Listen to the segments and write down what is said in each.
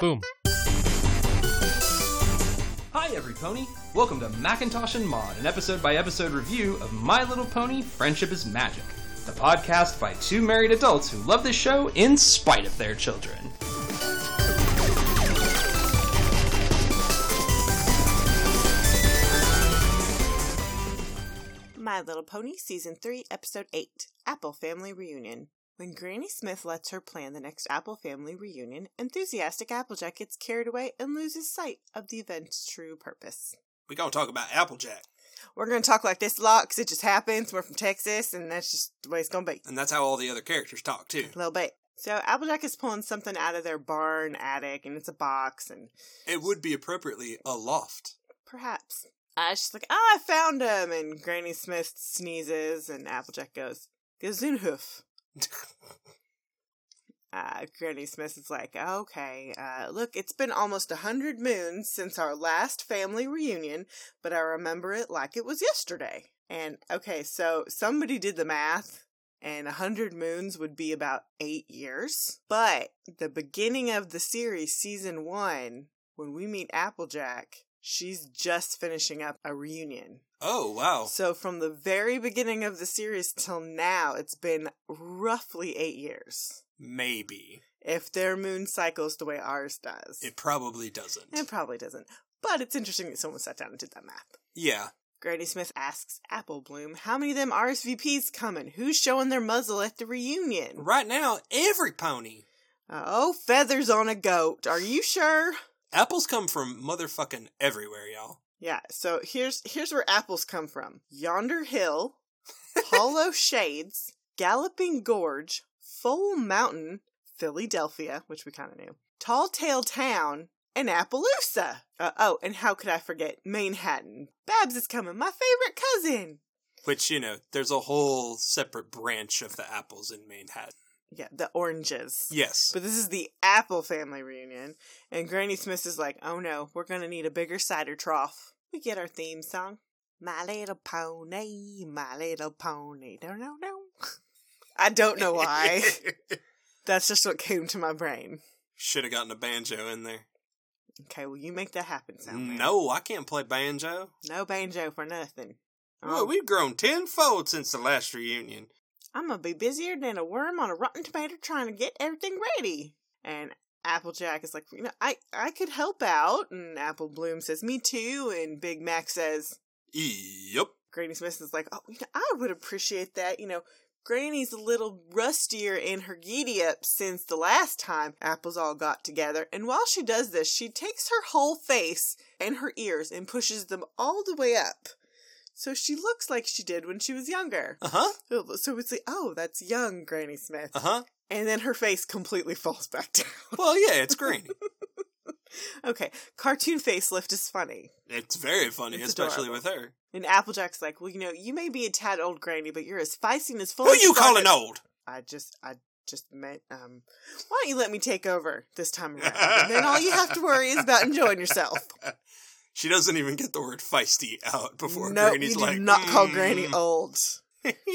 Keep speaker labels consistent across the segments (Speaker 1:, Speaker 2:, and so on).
Speaker 1: Boom.
Speaker 2: Hi, everypony! Welcome to Macintosh and Mod, an episode by episode review of My Little Pony Friendship is Magic, the podcast by two married adults who love this show in spite of their children.
Speaker 3: My Little Pony Season 3, Episode 8 Apple Family Reunion. When Granny Smith lets her plan the next Apple family reunion, enthusiastic Applejack gets carried away and loses sight of the event's true purpose.
Speaker 4: We gonna talk about Applejack,
Speaker 3: We're going to talk like this a lot because it just happens. We're from Texas, and that's just the way it's going to be.
Speaker 4: and that's how all the other characters talk too.
Speaker 3: A little bit. So Applejack is pulling something out of their barn attic, and it's a box, and
Speaker 4: It would be appropriately a loft.
Speaker 3: perhaps. Uh, she's like, oh, I found him. And Granny Smith sneezes, and Applejack goes, Gesundhoof. Uh, Granny Smith is like, okay, uh, look, it's been almost a hundred moons since our last family reunion, but I remember it like it was yesterday. And okay, so somebody did the math, and a hundred moons would be about eight years. But the beginning of the series, season one, when we meet Applejack, she's just finishing up a reunion.
Speaker 4: oh wow,
Speaker 3: So from the very beginning of the series till now, it's been roughly eight years
Speaker 4: maybe
Speaker 3: if their moon cycles the way ours does.
Speaker 4: it probably doesn't.
Speaker 3: It probably doesn't. But it's interesting that someone sat down and did that math.
Speaker 4: yeah,
Speaker 3: Grady Smith asks Apple Bloom, how many of them RSVPs coming? Who's showing their muzzle at the reunion?
Speaker 4: right now every pony.
Speaker 3: Uh, oh, feathers on a goat. Are you sure?
Speaker 4: Apples come from motherfucking everywhere, y'all.
Speaker 3: Yeah, so here's here's where apples come from. Yonder hill, hollow shades, galloping gorge, full mountain, Philadelphia, which we kind of knew, tall tale town, and Appaloosa. Uh, oh, and how could I forget Manhattan? Babs is coming, my favorite cousin.
Speaker 4: Which you know, there's a whole separate branch of the apples in Manhattan.
Speaker 3: Yeah, the oranges.
Speaker 4: Yes,
Speaker 3: But this is the Apple family reunion, and Granny Smith is like, "Oh no, we're gonna need a bigger cider trough." We get our theme song, "My Little Pony, My Little Pony." No, no, no. I don't know why. That's just what came to my brain.
Speaker 4: should have gotten a banjo in there.
Speaker 3: Okay, well, you make that happen, sound
Speaker 4: No, I can't play banjo.
Speaker 3: no banjo for nothing.
Speaker 4: Well,
Speaker 3: Um,
Speaker 4: we've grown tenfold since the last reunion.
Speaker 3: I'm gonna be busier than a worm on a rotten tomato trying to get everything ready. And Applejack is like, you know, I I could help out. And Apple Bloom says, "Me too." And Big Mac says.
Speaker 4: Yep.
Speaker 3: Granny Smith is like, oh, you know, I would appreciate that. You know, Granny's a little rustier in her giddy up since the last time Apples all got together. And while she does this, she takes her whole face and her ears and pushes them all the way up. So she looks like she did when she was younger.
Speaker 4: Uh huh.
Speaker 3: So it's like, oh, that's young Granny Smith.
Speaker 4: Uh huh.
Speaker 3: And then her face completely falls back down.
Speaker 4: Well, yeah, it's green.
Speaker 3: okay, cartoon facelift is funny.
Speaker 4: It's very funny,
Speaker 3: It's
Speaker 4: especially with her.
Speaker 3: And Applejack's like, well, you know, you may be a tad old granny, but you're as feisty and as full
Speaker 4: Who
Speaker 3: of
Speaker 4: you
Speaker 3: fun
Speaker 4: calling
Speaker 3: as-
Speaker 4: old?
Speaker 3: I just I just meant um why don't you let me take over this time around? and then all you have to worry is about enjoying yourself.
Speaker 4: She doesn't even get the word feisty out before
Speaker 3: no,
Speaker 4: Granny's
Speaker 3: you
Speaker 4: like,
Speaker 3: do not call
Speaker 4: "Mm."
Speaker 3: Granny old.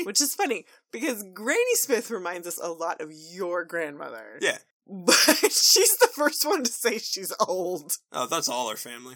Speaker 3: Which is funny because Granny Smith reminds us a lot of your grandmother.
Speaker 4: Yeah.
Speaker 3: But she's the first one to say she's old.
Speaker 4: Oh, that's all our family.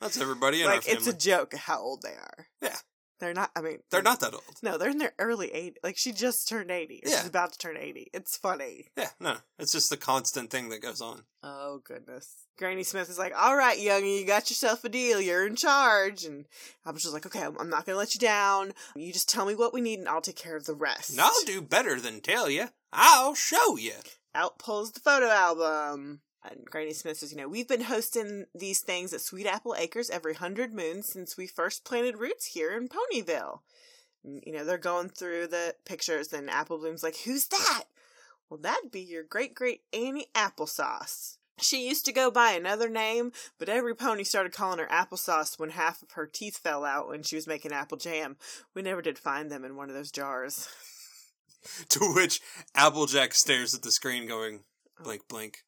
Speaker 4: That's everybody in our
Speaker 3: like
Speaker 4: family.
Speaker 3: it's a joke how old they are.
Speaker 4: Yeah.
Speaker 3: They're not I mean
Speaker 4: They're not that old.
Speaker 3: no, they're in their early eight like she just turned eighty. Or
Speaker 4: Yeah.
Speaker 3: She's about to turn eighty. It's funny.
Speaker 4: Yeah, no. It's just the constant thing that goes on.
Speaker 3: Oh goodness. Granny Smith is like, "All right, youngie, you got yourself a deal. You're in charge." And I was just like, "Okay, I'm I'm not gonna let you down. You just tell me what we need, and I'll take care of the rest."
Speaker 4: And I'll do better than tell you. I'll show you.
Speaker 3: Out pulls the photo album. And Granny Smith says, "You know, we've been hosting these things at Sweet Apple Acres every hundred moons since we first planted roots here in Ponyville." And, you know, they're going through the pictures, and Apple Bloom's like, "Who's that?" Well, that'd be your great great Annie Applesauce. She used to go by another name, but every pony started calling her Applesauce when half of her teeth fell out when she was making apple jam. We never did find them in one of those jars.
Speaker 4: To which Applejack stares at the screen going, blink, blink.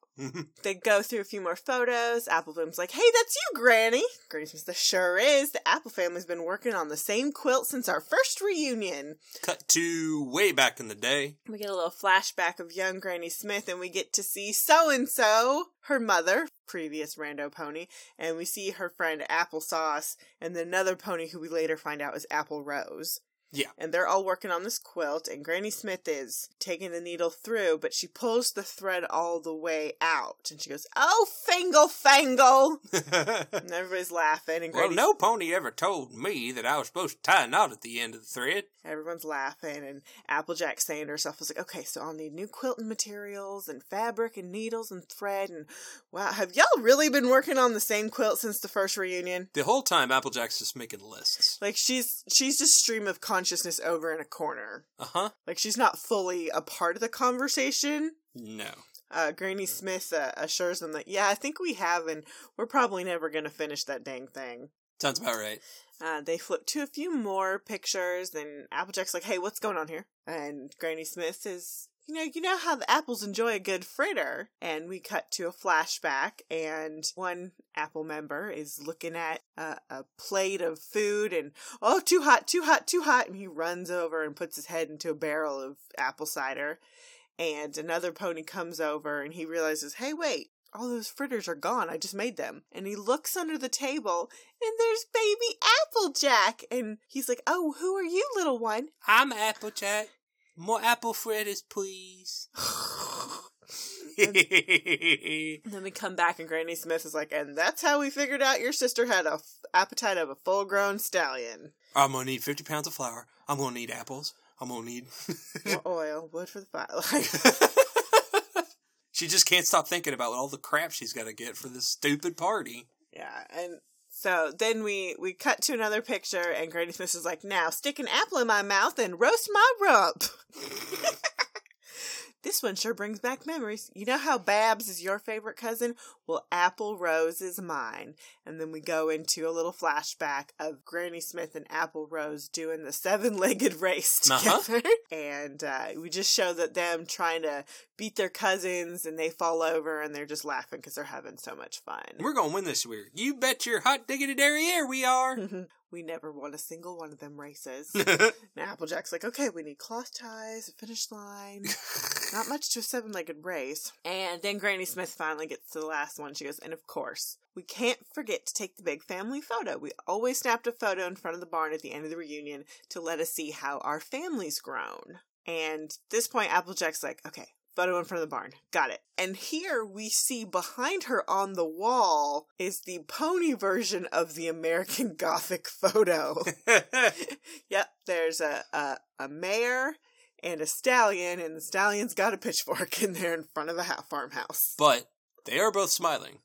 Speaker 3: They go through a few more photos. Apple Bloom's like, hey, that's you, Granny. Granny says, "That sure is. The Apple family's been working on the same quilt since our first reunion.
Speaker 4: Cut to way back in the day.
Speaker 3: We get a little flashback of young Granny Smith and we get to see so and so, her mother, previous rando pony, and we see her friend Applesauce and then another pony who we later find out is Apple Rose.
Speaker 4: Yeah.
Speaker 3: And they're all working on this quilt and Granny Smith is taking the needle through, but she pulls the thread all the way out and she goes, Oh, Fingle Fangle!
Speaker 4: well,
Speaker 3: And everybody's laughing and Granny
Speaker 4: no pony ever told me that I was supposed to tie a knot at the end of the thread.
Speaker 3: Everyone's laughing, and Applejack saying to herself, "Was like, okay, so I'll need new quilting materials and fabric and needles and thread and wow, have y'all really been working on the same quilt since the first reunion?"
Speaker 4: The whole time, Applejack's just making lists.
Speaker 3: Like she's she's just stream of consciousness over in a corner.
Speaker 4: Uh huh.
Speaker 3: Like she's not fully a part of the conversation.
Speaker 4: No.
Speaker 3: Uh, Granny Smith uh, assures them that yeah, I think we have, and we're probably never gonna finish that dang thing.
Speaker 4: Sounds about right.
Speaker 3: Uh, they flip to a few more pictures. Then Applejack's like, "Hey, what's going on here?" And Granny Smith says, "You know, you know how the apples enjoy a good fritter." And we cut to a flashback, and one apple member is looking at uh, a plate of food, and oh, too hot, too hot, too hot, and he runs over and puts his head into a barrel of apple cider. And another pony comes over, and he realizes, "Hey, wait." All those fritters are gone. I just made them. And he looks under the table and there's baby Applejack. And he's like, Oh, who are you, little one?
Speaker 4: I'm Applejack. More apple fritters, please.
Speaker 3: And then we come back, and Granny Smith is like, And that's how we figured out your sister had a f- appetite of a full grown stallion.
Speaker 4: I'm gonna need 50 pounds of flour. I'm gonna need apples. I'm gonna need.
Speaker 3: More oil, wood for the fire. Like,
Speaker 4: she just can't stop thinking about all the crap she's gotta get for this stupid party.
Speaker 3: yeah. And so then we, we cut to another picture, and Granny Smith is like, Now stick an apple in my mouth and roast my rump. This one sure brings back memories. You know how Babs is your favorite cousin? Well, Apple Rose is mine. And then we go into a little flashback of Granny Smith and Apple Rose doing the seven legged race
Speaker 4: Uh-huh.
Speaker 3: together. And uh, we just show that them trying to beat their cousins and they fall over and they're just laughing because they're having so much fun.
Speaker 4: We're gonna win this year. You bet your hot diggity derriere we are.
Speaker 3: we never won a single one of them races. And Applejack's like, okay, we need cloth ties, a finish line. Not much to a seven legged race. And then Granny Smith finally gets to the last one. She goes, and of course, we can't forget to take the big family photo. We always snapped a photo in front of the barn at the end of the reunion to let us see how our family's grown. And this point, Applejack's like, okay, photo in front of the barn. Got it. And here we see behind her on the wall is the pony version of the American Gothic photo. Yep, there's a, a a mare and a stallion, and the stallion's got a pitchfork in there in front of a ha- farmhouse.
Speaker 4: but they are both smiling.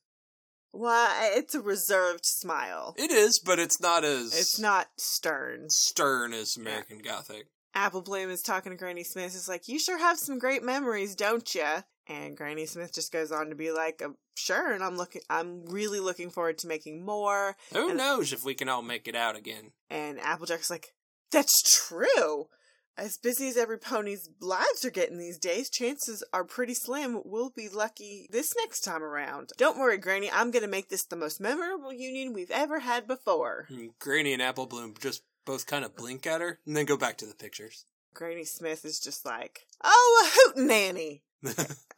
Speaker 3: Well, it's a reserved smile.
Speaker 4: It is, but it's not as
Speaker 3: It's not stern.
Speaker 4: stern as American Gothic.
Speaker 3: Apple Bloom is talking to Granny Smith. Is like, you sure have some great memories, don't ya? And Granny Smith just goes on to be like, "Um, sure, and I'm looking, I'm really looking forward to making more.
Speaker 4: Who
Speaker 3: And-
Speaker 4: knows if we can all make it out again?
Speaker 3: And Applejack's like, That's true. As busy as every pony's lives are getting these days, chances are pretty slim we'll be lucky this next time around. Don't worry, Granny, I'm gonna make this the most memorable union we've ever had before.
Speaker 4: And Granny and Apple Bloom just both kind of blink at her and then go back to the pictures.
Speaker 3: Granny Smith is just like, Oh, a hootenanny!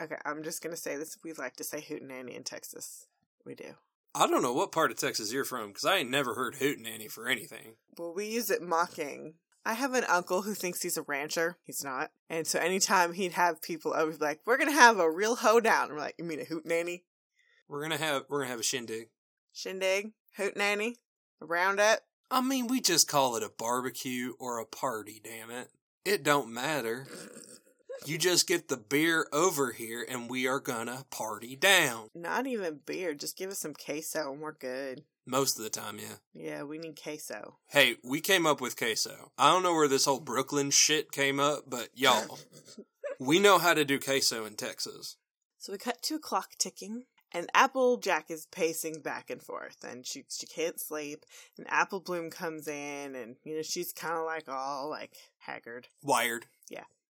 Speaker 3: Okay, I'm just gonna say this. We like to say hootenanny in Texas. We do.
Speaker 4: I don't know what part of Texas you're from because I ain't never heard hootenanny for anything.
Speaker 3: Well, we use it mocking. I have an uncle who thinks he's a rancher. He's not. And so anytime he'd have people over, he'd be like, we're going to have a real hoedown. And we're like, you mean a hoot nanny?
Speaker 4: We're gonna have we're gonna have a shindig.
Speaker 3: Shindig? Hoot nanny? A roundup?
Speaker 4: I mean, we just call it a barbecue or a party. Damn it, it don't matter. You just get the beer over here, and we are gonna party down
Speaker 3: Not even beer. Just give us some queso and we're good.
Speaker 4: most of the time. Yeah.
Speaker 3: Yeah, we need queso.
Speaker 4: Hey, we came up with queso. I don't know where this whole Brooklyn shit came up, but y'all, we know how to do queso in Texas.
Speaker 3: So we cut to a clock ticking, and Applejack is pacing back and forth, and she she can't sleep. And Apple Bloom comes in, and you know she's kind of like all like haggard,
Speaker 4: Wired.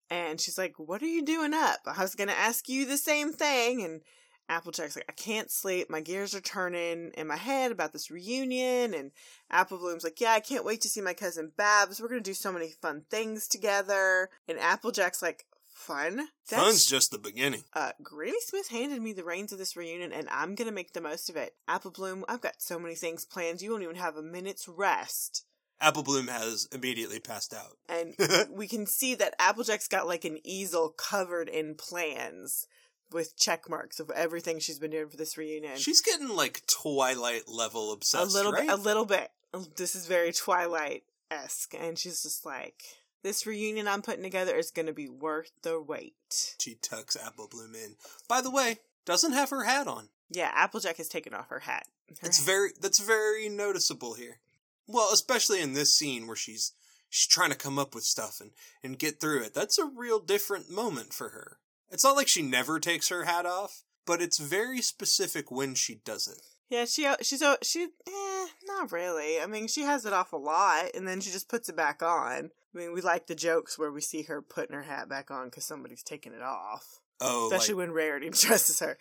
Speaker 3: and she's like, "What are you doing up? I was gonna ask you the same thing." And Applejack's like, I can't sleep. My gears are turning in my head about this reunion. And Apple Bloom's like, Yeah, I can't wait to see my cousin Babs. We're going to do so many fun things together. And Applejack's like, Fun?
Speaker 4: Fun's just the beginning.
Speaker 3: uh, Granny Smith handed me the reins of this reunion, and I'm gonna make the most of it. Apple Bloom, I've got so many things planned. You won't even have a minute's rest.
Speaker 4: Apple Bloom has immediately passed out.
Speaker 3: And we can see that Applejack's got like an easel covered in plans with check marks of everything she's been doing for this reunion.
Speaker 4: She's getting like Twilight level
Speaker 3: a
Speaker 4: obsessed.
Speaker 3: little
Speaker 4: right?
Speaker 3: bit, a little bit. This is very Twilight esque, and she's just like, "This reunion I'm putting together is gonna be worth the wait."
Speaker 4: She tucks Apple Bloom in. By the way, doesn't have her hat on.
Speaker 3: Yeah, Applejack has taken off her hat. Her
Speaker 4: It's very that's very noticeable here. Well, especially in this scene where she's she's trying to come up with stuff and and get through it. That's a real different moment for her. It's not like she never takes her hat off, but it's very specific when she does it.
Speaker 3: Yeah, she uh, she's a- she eh, not really. I mean, she has it off a lot, and then she just puts it back on. I mean, we like the jokes where we see her putting her hat back on because somebody's taking it off,
Speaker 4: Oh, like-
Speaker 3: especially when Rarity dresses her.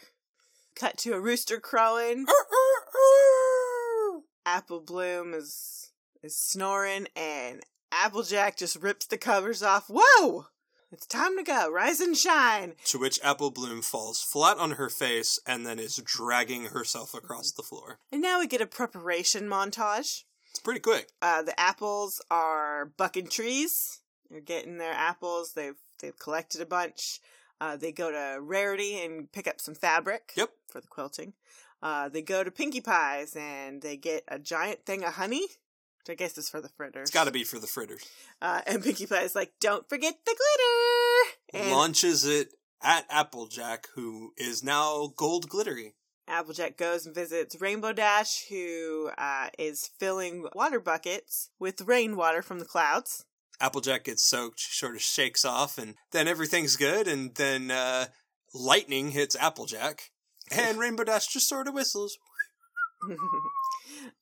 Speaker 3: Cut to a rooster crowing. Apple Bloom is is snoring, and Applejack just rips the covers off. Whoa! It's time to go. Rise and shine.
Speaker 4: to which Apple Bloom falls flat on her face and then is dragging herself across the floor.
Speaker 3: And now we get a preparation montage.
Speaker 4: It's pretty quick.
Speaker 3: uh, the apples are bucking trees. They're getting their apples. They've they've collected a bunch. Uh, they go to Rarity and pick up some fabric.
Speaker 4: Yep.
Speaker 3: For the quilting. Uh, they go to Pinkie Pie's and they get a giant thing of honey. Which I guess is for the fritters.
Speaker 4: It's got to be for the fritters.
Speaker 3: Uh, and Pinkie Pie's like, don't forget the glitter. And
Speaker 4: Launches it at Applejack, who is now gold glittery.
Speaker 3: Applejack goes and visits Rainbow Dash, who uh, is filling water buckets with rainwater from the clouds.
Speaker 4: Applejack gets soaked, she sort of shakes off, and then everything's good. And then uh, lightning hits Applejack, and Rainbow Dash just sort of whistles.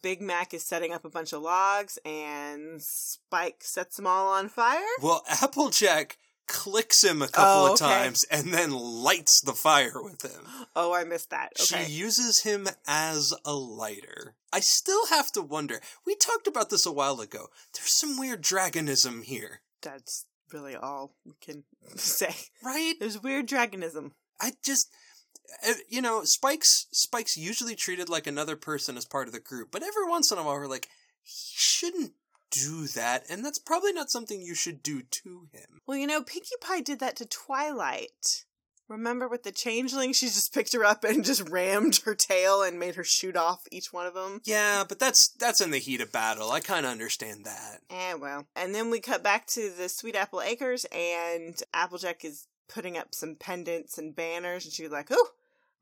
Speaker 3: Big Mac is setting up a bunch of logs, and Spike sets them all on fire.
Speaker 4: Well, Applejack clicks him a
Speaker 3: Oh,
Speaker 4: couple of
Speaker 3: okay.
Speaker 4: times and then lights the fire with him.
Speaker 3: Oh, I missed that.
Speaker 4: She
Speaker 3: Okay.
Speaker 4: uses him as a lighter. I still have to wonder. We talked about this a while ago. There's some weird dragonism here,
Speaker 3: That's really all we can say.
Speaker 4: right?
Speaker 3: There's weird dragonism.
Speaker 4: I just uh, you know, Spike's Spike's usually treated like another person as part of the group, but every once in a while we're like, he shouldn't do that, and that's probably not something you should do to him.
Speaker 3: Well, you know, Pinkie Pie did that to Twilight. Remember with the changeling? She just picked her up and just rammed her tail and made her shoot off each one of them.
Speaker 4: Yeah, but that's that's in the heat of battle. I kind of understand that.
Speaker 3: Eh, well. And then we cut back to the Sweet Apple Acres, and Applejack is putting up some pendants and banners, and she's like, "Oh,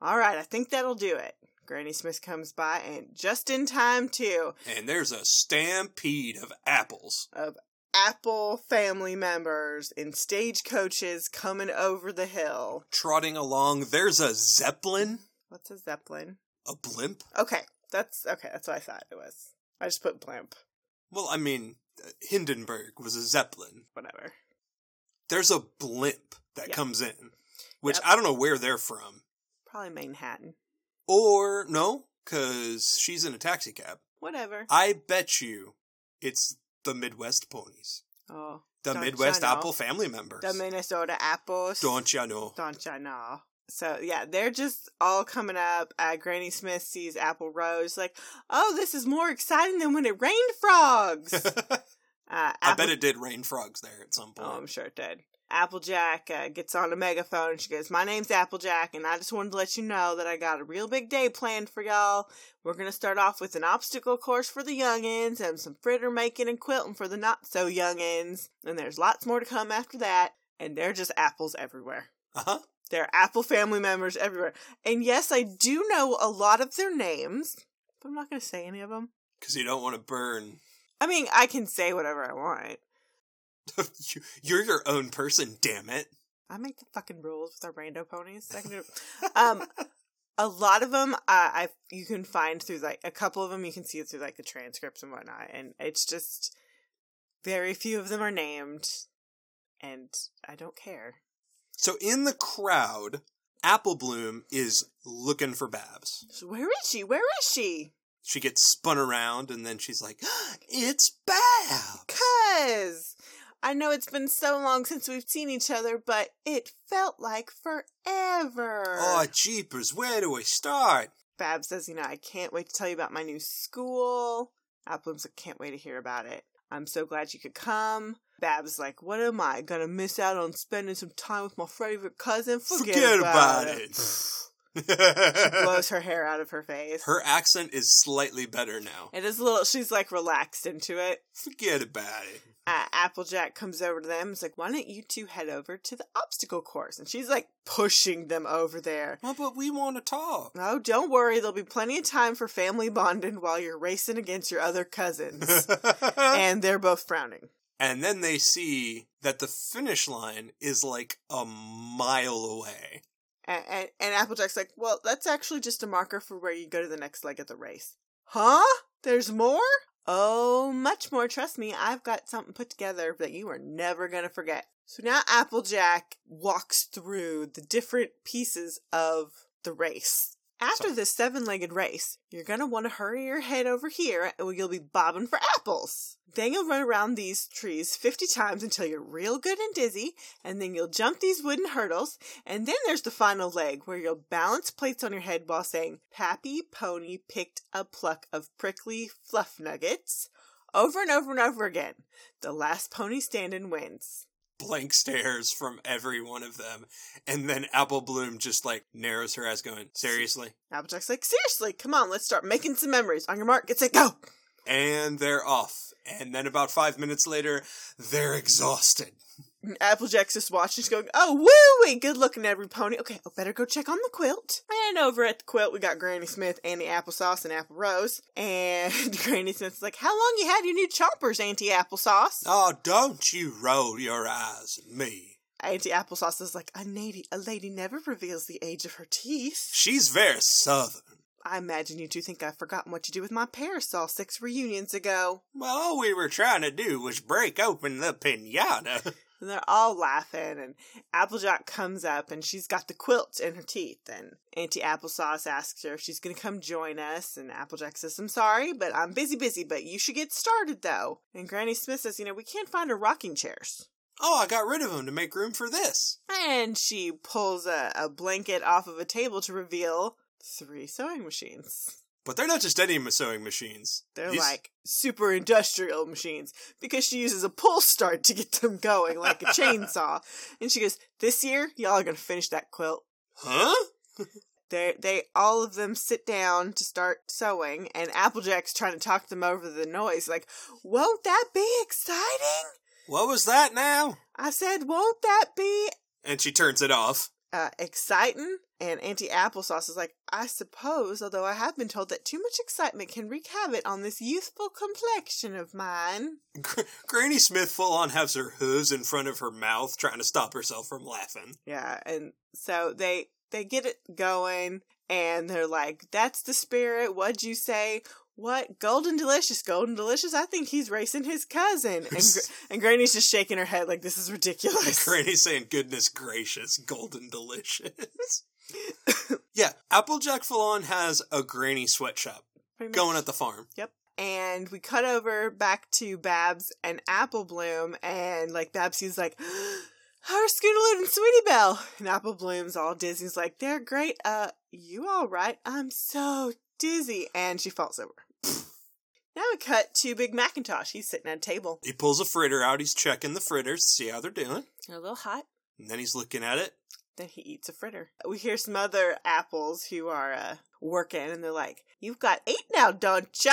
Speaker 3: all right, I think that'll do it." Granny Smith comes by, and just in time too,
Speaker 4: And there's a stampede of apples.
Speaker 3: Apple family members in stagecoaches coming over the hill.
Speaker 4: Trotting along, there's a zeppelin,
Speaker 3: What's a zeppelin?
Speaker 4: a blimp.
Speaker 3: Okay, that's okay. That's what I thought it was. I just put blimp,
Speaker 4: Well, I mean, uh, Hindenburg was a zeppelin.
Speaker 3: whatever.
Speaker 4: There's a blimp that
Speaker 3: Yep.
Speaker 4: comes in, which
Speaker 3: Yep.
Speaker 4: I don't know where they're from.
Speaker 3: Probably Manhattan.
Speaker 4: Or no, because she's in a taxi cab.
Speaker 3: Whatever.
Speaker 4: I bet you it's the Midwest ponies.
Speaker 3: Oh,
Speaker 4: The
Speaker 3: Don't
Speaker 4: Midwest
Speaker 3: ya know?
Speaker 4: Apple family members.
Speaker 3: the Minnesota apples.
Speaker 4: Don't ya know?
Speaker 3: Don't ya know? So yeah, they're just all coming up. Uh, Granny Smith sees Apple Rose, like, oh, this is more exciting than when it rained frogs. uh,
Speaker 4: I
Speaker 3: Apple-
Speaker 4: bet it did rain frogs there at some
Speaker 3: Oh,
Speaker 4: point.
Speaker 3: I'm sure it did. Applejack uh, gets on a megaphone and she goes, "My name's Applejack, and I just wanted to let you know that I got a real big day planned for y'all. We're gonna start off with an obstacle course for the youngins, and some fritter making and quilting for the not so youngins. And there's lots more to come after that. And they're just apples everywhere."
Speaker 4: Uh huh.
Speaker 3: There are Apple family members everywhere. And yes, I do know a lot of their names, but I'm not going to say any of them.
Speaker 4: Because you don't want to burn.
Speaker 3: I mean, I can say whatever I want.
Speaker 4: You- You're your own person, damn it.
Speaker 3: I make the fucking rules with our rando ponies. I can do- um, a lot of them, uh, I you can find through like a couple of them. You can see it through like the transcripts and whatnot. And it's just very few of them are named, and I don't care.
Speaker 4: So in the crowd, Apple Bloom is looking for Babs.
Speaker 3: So where is she? Where is she?
Speaker 4: She gets spun around and then she's like, "Ah, It's Babs!
Speaker 3: Cuz I know it's been so long since we've seen each other, but it felt like forever.
Speaker 4: Oh, jeepers, where do I start?
Speaker 3: Bab says, you know, I can't wait to tell you about my new school. Applum's like, can't wait to hear about it. I'm so glad you could come. Bab's like, what am I gonna miss out on spending some time with my favorite cousin? Forget, about, it. Blows her hair out of her face.
Speaker 4: Her accent is slightly better now.
Speaker 3: it is a little. She's like relaxed into it.
Speaker 4: Forget about it.
Speaker 3: Uh, Applejack comes over to them. It's like, why don't you two head over to the obstacle course? And she's like pushing them over there.
Speaker 4: Well, but we want to talk.
Speaker 3: Oh, don't worry. There'll be plenty of time for family bonding while you're racing against your other cousins. and they're both frowning.
Speaker 4: and then they see that the finish line is like a mile away.
Speaker 3: And, and, and Applejack's like, well, that's actually just a marker for where you go to the next leg of the race. Huh? There's more? Oh, much more. Trust me, I've got something put together that you are never going to forget. So now Applejack walks through the different pieces of the race. After
Speaker 4: So-
Speaker 3: this seven legged race, you're going to want to hurry your head over here or you'll be bobbing for apples. Then you'll run around these trees 50 times until you're real good and dizzy, and then you'll jump these wooden hurdles, and then there's the final leg where you'll balance plates on your head while saying, Pappy Pony picked a pluck of prickly fluff nuggets over and over and over again. The last pony standing wins.
Speaker 4: Blank stares from every one of them. And then Apple Bloom just like narrows her eyes, going, Seriously?
Speaker 3: Applejack's like, seriously, come on, let's start making some memories. On your mark, oh." get set, go!
Speaker 4: And they're off. And then about five minutes later, they're exhausted.
Speaker 3: And Applejack's just watching, she's going, oh, woo wee, good looking every pony. Okay, I better go check on the quilt. And over at the quilt, we got Granny Smith, Auntie Applesauce, and Apple Rose. And Granny Smith's like, how long you had your new chompers, Auntie Applesauce?
Speaker 4: Oh, don't you roll your eyes at me.
Speaker 3: Auntie Applesauce is like, a lady, a lady never reveals the age of her teeth.
Speaker 4: She's very southern.
Speaker 3: I imagine you two think I've forgotten what you did with my parasol six reunions ago.
Speaker 4: Well, all we were trying to do was break open the pinata.
Speaker 3: And they're all laughing, and Applejack comes up, and she's got the quilt in her teeth. And Auntie Applesauce asks her if she's going to come join us. And Applejack says, I'm sorry, but I'm busy, busy, but you should get started, though. And Granny Smith says, You know, we can't find her rocking chairs.
Speaker 4: Oh, I got rid of him to make room for this.
Speaker 3: And she pulls a, a blanket off of a table to reveal three sewing machines.
Speaker 4: But they're not just any sewing machines.
Speaker 3: They're
Speaker 4: These-
Speaker 3: like super industrial machines because she uses a pull start to get them going like a chainsaw. And she goes, "This year, y'all are gonna finish that quilt."
Speaker 4: huh?
Speaker 3: They they all of them sit down to start sewing, and Applejack's trying to talk them over the noise. Like, won't that be exciting?
Speaker 4: What was that now?
Speaker 3: I said, won't that be
Speaker 4: And she turns it off.
Speaker 3: uh, exciting? And Auntie Applesauce is like, I suppose, although I have been told that too much excitement can wreak havoc on this youthful complexion of mine.
Speaker 4: Gr- Granny Smith full on has her hooves in front of her mouth, trying to stop herself from laughing.
Speaker 3: Yeah, and so they they get it going, and they're like, "That's the spirit." What'd you say? What golden delicious, golden delicious? I think he's racing his cousin, and Gr- and Granny's just shaking her head like this is
Speaker 4: And
Speaker 3: ridiculous.
Speaker 4: Granny's saying, goodness gracious, golden delicious. yeah, Applejack Fallon has a granny sweatshop
Speaker 3: Pretty much.
Speaker 4: going at the farm.
Speaker 3: and we cut over back to Babs and Apple Bloom, and like Babs, he's like, "How are Scootaloon and Sweetie Belle?" And Apple Bloom's all dizzy. He's like, "They're great. Uh, you all right? I'm so dizzy," and she falls over. now we cut to Big Macintosh. He's sitting at a table,
Speaker 4: He pulls a fritter out, he's checking the fritters, see how they're doing.
Speaker 3: a little hot.
Speaker 4: And then he's looking at it.
Speaker 3: Then he eats a fritter. We hear some other apples who are uh, working, and they're like, "You've got eight now, don't ya?"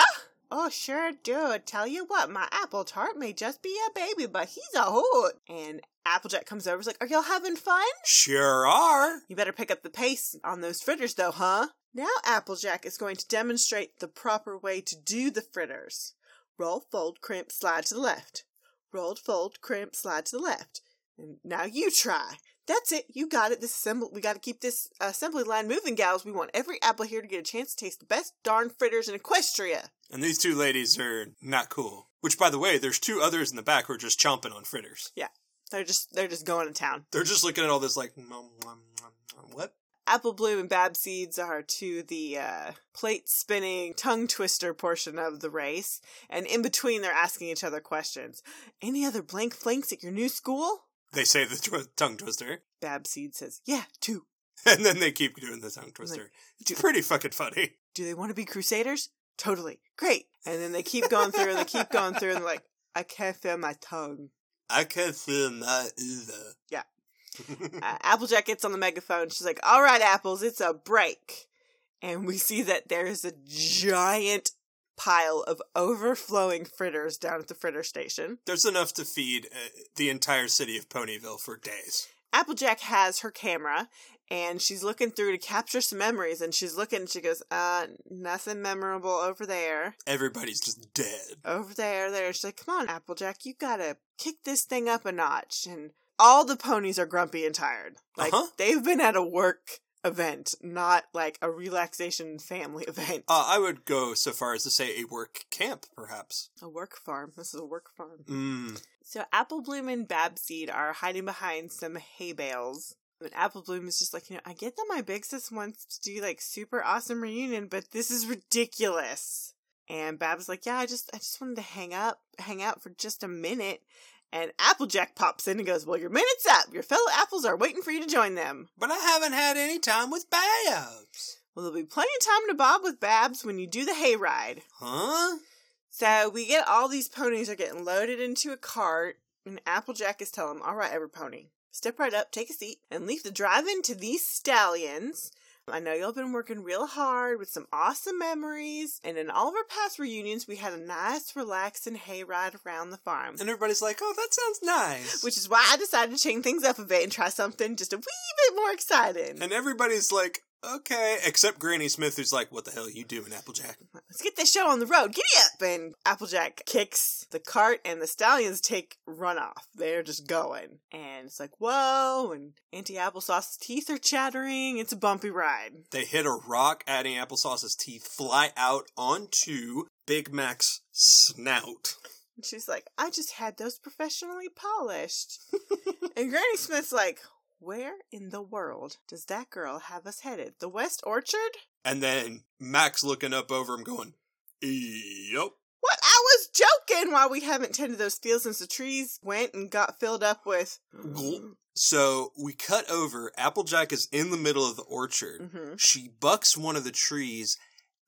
Speaker 3: Oh, sure do. Tell you what, my apple tart may just be a baby, but he's a hoot. And Applejack comes over, is like, "Are y'all having fun?
Speaker 4: Sure are.
Speaker 3: You better pick up the pace on those fritters, though, huh?" Now Applejack is going to demonstrate the proper way to do the fritters. Roll, fold, crimp, slide to the left. Roll, fold, crimp, slide to the left. And now you try. That's it. You got it. This assembly, we got to keep this assembly line moving, gals. We want every apple here to get a chance to taste the best darn fritters in Equestria.
Speaker 4: And these two ladies are not cool. Which, by the way, there's two others in the back who are just chomping on fritters.
Speaker 3: They're just they're just going to town.
Speaker 4: They're just looking at all this like, "Nom, nom, nom, nom." what?
Speaker 3: Apple Bloom and Bab Seeds are to the uh, plate spinning, tongue twister portion of the race. And in between, they're asking each other questions. Any other blank flanks at your new school?
Speaker 4: They say the tw- tongue twister,
Speaker 3: Bab Seed says, Yeah, two.
Speaker 4: and then they keep doing the tongue twister. It's pretty fucking funny.
Speaker 3: Do they want to be crusaders? Totally. Great. And then they keep going through and they keep going through and they're like, I can't feel my tongue.
Speaker 4: I can feel my either.
Speaker 3: Yeah. uh, Applejack gets on the megaphone. She's like, "All right, apples, it's a break." And we see that there is a giant pile of overflowing fritters down at the fritter station.
Speaker 4: There's enough to feed uh, the entire city of Ponyville for days.
Speaker 3: Applejack has her camera and she's looking through to capture some memories and she's looking and she goes, "Uh, nothing memorable over there.
Speaker 4: Everybody's just dead.
Speaker 3: Over there, there." She's like, "Come on, Applejack, you got to kick this thing up a notch." And all the ponies are grumpy and tired. Like
Speaker 4: Uh-huh.
Speaker 3: they've been at a work event, not like a relaxation family event.
Speaker 4: Uh, I would go so far as to say a work camp, perhaps.
Speaker 3: A work farm. This is a work farm.
Speaker 4: Mm.
Speaker 3: So Apple Bloom and Babseed are hiding behind some hay bales. And Apple Bloom is just like, you know, I get that my big sis wants to do like super awesome reunion, but this is ridiculous. And Bab's like, yeah, I just I just wanted to hang up, hang out for just a minute. And Applejack pops in and goes, Well, your minute's up. Your fellow apples are waiting for you to join them.
Speaker 4: But I haven't had any time with Babs.
Speaker 3: Well, there'll be plenty of time to bob with Babs when you do the hayride.
Speaker 4: Huh?
Speaker 3: So we get all these ponies are getting loaded into a cart, and Applejack is telling them, "All right, every pony, step right up, take a seat, and leave the driving to these stallions." I know y'all been working real hard with some awesome memories, and in all of our past reunions, we had a nice, relaxing hayride around the farm.
Speaker 4: And everybody's like, oh, that sounds nice.
Speaker 3: Which is why I decided to change things up a bit and try something just a wee bit more exciting.
Speaker 4: and everybody's like, okay, except Granny Smith, who's like, what the hell are you doing, Applejack?
Speaker 3: Let's get this show on the road. Giddy up! And Applejack kicks the cart, and the stallions take run off. They're just going. And it's like, whoa! And Auntie Applesauce's teeth are chattering. It's a bumpy ride.
Speaker 4: They hit a rock, adding applesauce's teeth fly out onto Big Mac's snout.
Speaker 3: And she's like, I just had those professionally polished. and Granny Smith's like, where in the world does that girl have us headed? The West Orchard?
Speaker 4: And then Mac's looking up over him, going, yup.
Speaker 3: What? I was joking why we haven't tended those fields since the trees went and got filled up with.
Speaker 4: Gulp. So we cut over. Applejack is in the middle of the orchard.
Speaker 3: Mhm.
Speaker 4: She bucks one of the trees,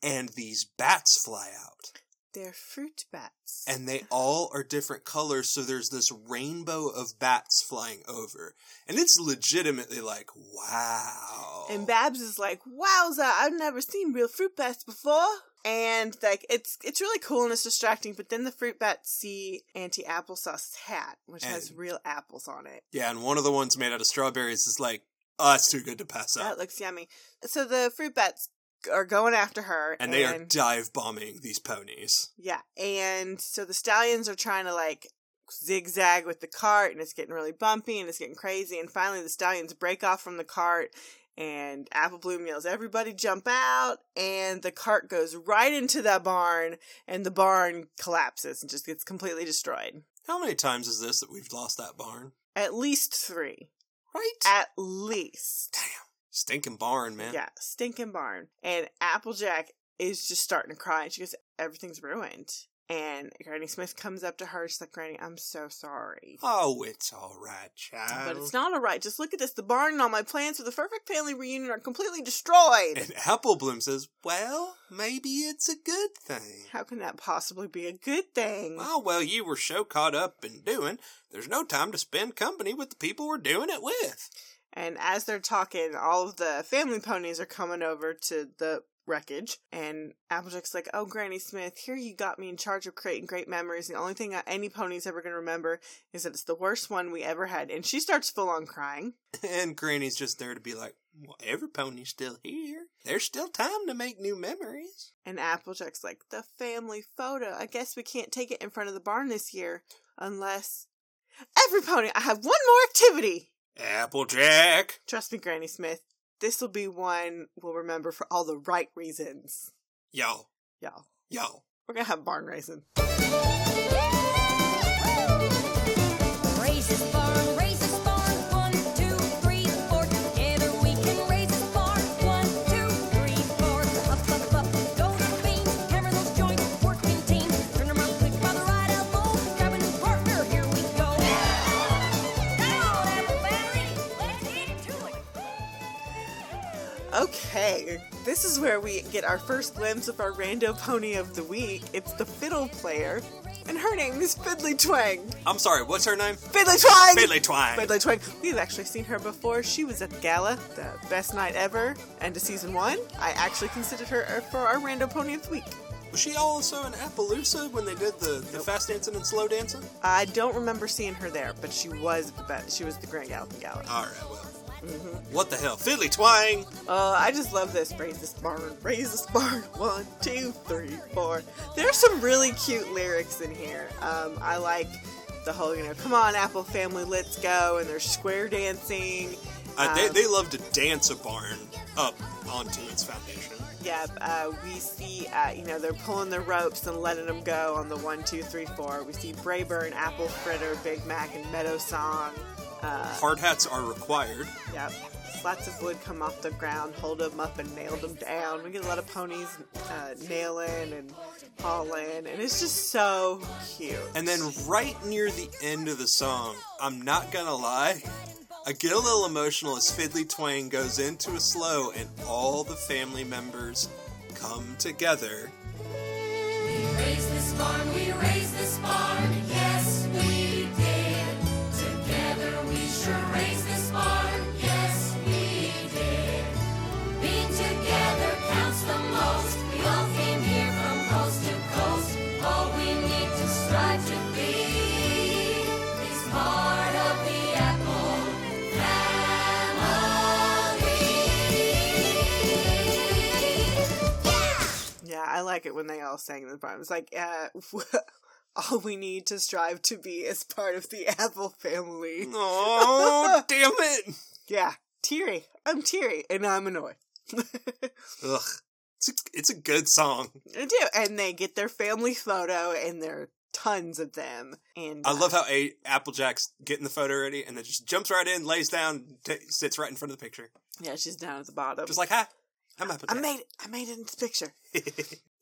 Speaker 4: and these bats fly out.
Speaker 3: They're fruit bats.
Speaker 4: And they all are different colors, so there's this rainbow of bats flying over. And it's legitimately like, wow.
Speaker 3: And Babs is like, "Wowza, I've never seen real fruit bats before." And like, it's it's really cool and it's distracting. But then the fruit bats see Auntie Applesauce's hat, which has
Speaker 4: And-
Speaker 3: real apples on it.
Speaker 4: Yeah, and one of the ones made out of strawberries is like, oh, that's too good to pass up.
Speaker 3: That looks yummy. So the fruit bats are going after her,
Speaker 4: and they are dive bombing these ponies.
Speaker 3: yeah. And so the stallions are trying to like zigzag with the cart, and it's getting really bumpy and it's getting crazy. And finally, the stallions break off from the cart. And Apple Bloom yells, Everybody jump out! And the cart goes right into that barn, and the barn collapses and just gets completely destroyed.
Speaker 4: How many times is this that we've lost that barn?
Speaker 3: At least three.
Speaker 4: Right?
Speaker 3: At least.
Speaker 4: Stinking barn, man.
Speaker 3: Yeah, stinking barn. And Applejack is just starting to cry, and she goes, Everything's ruined. And Granny Smith comes up to her. She's like, Granny, I'm so sorry.
Speaker 4: Oh, it's all right, child.
Speaker 3: But it's not all right. Just look at this. The barn and all my plans for the perfect family reunion are completely destroyed.
Speaker 4: And Apple Bloom says, Well, maybe it's a good thing.
Speaker 3: How can that possibly be a good thing?
Speaker 4: Oh, well, you were so caught up in doing, there's no time to spend company with the people we're doing it with.
Speaker 3: And as they're talking, all of the family ponies are coming over to the wreckage. And Applejack's like, "Oh, Granny Smith, here you got me in charge of creating great memories. The only thing I, any pony's ever going to remember is that it's the worst one we ever had." And she starts full on crying.
Speaker 4: And Granny's just there to be like, Well, every pony's still here. There's still time to make new memories.
Speaker 3: And Applejack's like, "The family photo. I guess we can't take it in front of the barn this year, unless every pony. I have one more activity.
Speaker 4: Applejack!
Speaker 3: Trust me, Granny Smith. This will be one we'll remember for all the right reasons,
Speaker 4: Y'all,
Speaker 3: y'all."
Speaker 4: y'all.
Speaker 3: We're gonna have barn raising.
Speaker 1: Raise his barn, raise his barn, one, two, three, four. Together we can raise his barn.
Speaker 3: Okay, this is where we get our first glimpse of our rando pony of the week. It's the fiddle player, and her name is Fiddly Twang.
Speaker 4: I'm sorry, what's her name?
Speaker 3: Fiddly Twang!
Speaker 4: Fiddly Twine.
Speaker 3: Fiddly Twang. We've actually seen her before. She was at the gala, the best night ever, and to season one, I actually considered her uh, for our rando pony of the week.
Speaker 4: Was she also in Appaloosa when they did the, the fast dancing and slow dancing?
Speaker 3: I don't remember seeing her there, but she was the best. She was the Grand Gal at the gala.
Speaker 4: All right, well. What the hell? Fiddly twang!
Speaker 3: Uh, I just love this. Raise this barn, raise this barn. One, two, three, four. There's some really cute lyrics in here. Um, I like the whole, you know, come on, Apple family, let's go. And there's square dancing.
Speaker 4: Uh, they,
Speaker 3: Um,
Speaker 4: they love to dance a barn up onto its foundation.
Speaker 3: Yep, uh, we see, uh, you know, they're pulling the ropes and letting them go on the one, two, three, four. We see Brayburn, Apple Fritter, Big Mac, and Meadow Song.
Speaker 4: Hard hats are required.
Speaker 3: Yep. Lots of wood come off the ground, hold them up and nailed them down. We get a lot of ponies uh, nailing and hauling, and it's just so cute.
Speaker 4: And then right near the end of the song, I'm not gonna lie, I get a little emotional as Fiddly Twang goes into a slow and all the family members come together.
Speaker 1: We raised this barn, we raised this barn, yes we did. Together we sure raised this barn, yes we did. Being together counts the most. We all came here from coast to coast. All we need to strive to be is part of the apple family. Yeah!
Speaker 3: Yeah, I like it when they all sang the poem. It's like, uh, all we need to strive to be is part of the Apple family.
Speaker 4: Mm. Oh, damn it!
Speaker 3: Yeah, teary. I'm teary, and I'm annoyed.
Speaker 4: Ugh. It's a, it's a good song.
Speaker 3: I do, and they get their family photo, and there are tons of them. And
Speaker 4: I
Speaker 3: uh,
Speaker 4: love how a- Applejack's getting the photo ready and then just jumps right in, lays down, t- sits right in front of the picture.
Speaker 3: yeah, she's down at the bottom.
Speaker 4: Just like, hi, I'm
Speaker 3: I
Speaker 4: Applejack.
Speaker 3: made it. I made it into the picture.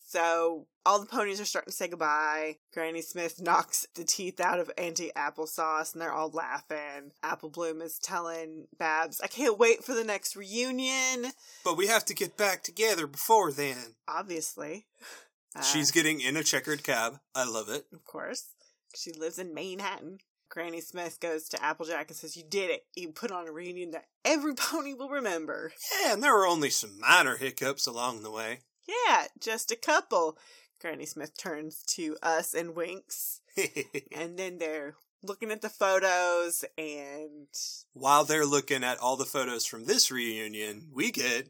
Speaker 3: So all the ponies are starting to say goodbye. Granny Smith knocks the teeth out of Auntie Applesauce and they're all laughing. Apple Bloom is telling Babs, I can't wait for the next reunion.
Speaker 4: but we have to get back together before then.
Speaker 3: Obviously. Uh,
Speaker 4: She's getting in a checkered cab. I love it.
Speaker 3: of course. She lives in Manhattan. Granny Smith goes to Applejack and says, You did it. You put on a reunion that every pony will remember.
Speaker 4: Yeah, and there were only some minor hiccups along the way.
Speaker 3: Yeah, just a couple. Granny Smith turns to us and winks. and then they're looking at the photos and
Speaker 4: While they're looking at all the photos from this reunion, we get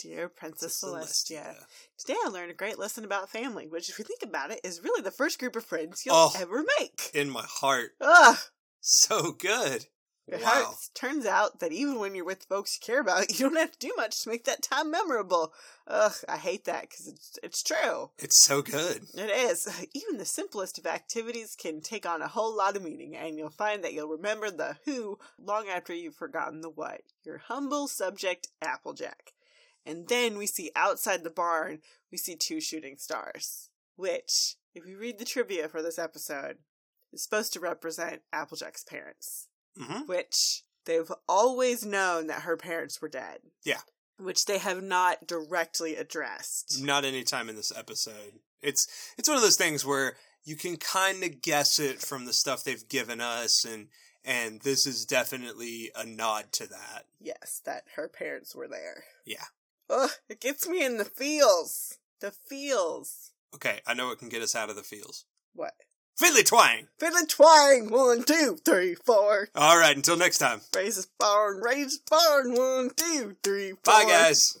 Speaker 3: dear princess celestia.
Speaker 4: Celestia.
Speaker 3: today i learned a great lesson about family which if you think about it is really the first group of friends you'll
Speaker 4: Oh.
Speaker 3: ever make
Speaker 4: in my heart.
Speaker 3: Ugh,
Speaker 4: So good.
Speaker 3: it
Speaker 4: Wow.
Speaker 3: hurts. Turns out that even when you're with folks you care about, you don't have to do much to make that time memorable. Ugh, I hate that because it's it's true.
Speaker 4: It's so good.
Speaker 3: It is. Even the simplest of activities can take on a whole lot of meaning, and you'll find that you'll remember the who long after you've forgotten the what. Your humble subject, Applejack. And then we see outside the barn, we see two shooting stars, which, if you read the trivia for this episode, is supposed to represent Applejack's parents,
Speaker 4: hmm
Speaker 3: which they've always known that her parents were dead.
Speaker 4: Yeah.
Speaker 3: Which they have not directly addressed.
Speaker 4: Not any time in this episode. It's it's one of those things where you can kind of guess it from the stuff they've given us, and and this is definitely a nod to that.
Speaker 3: yes, that her parents were there.
Speaker 4: Yeah.
Speaker 3: Ugh, it gets me in the feels. The feels.
Speaker 4: Okay, I know it can get us out of the feels.
Speaker 3: What?
Speaker 4: Fiddly twang.
Speaker 3: Fiddle twang, one, two, three, four.
Speaker 4: All right, until next time.
Speaker 3: Raise this barn, raise this barn, one, two, three, four.
Speaker 4: Bye, guys.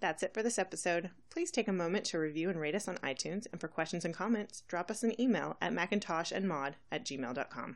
Speaker 5: That's it for this episode. Please take a moment to review and rate us on iTunes, and for questions and comments, drop us an email at macintoshandmod at gmail.com.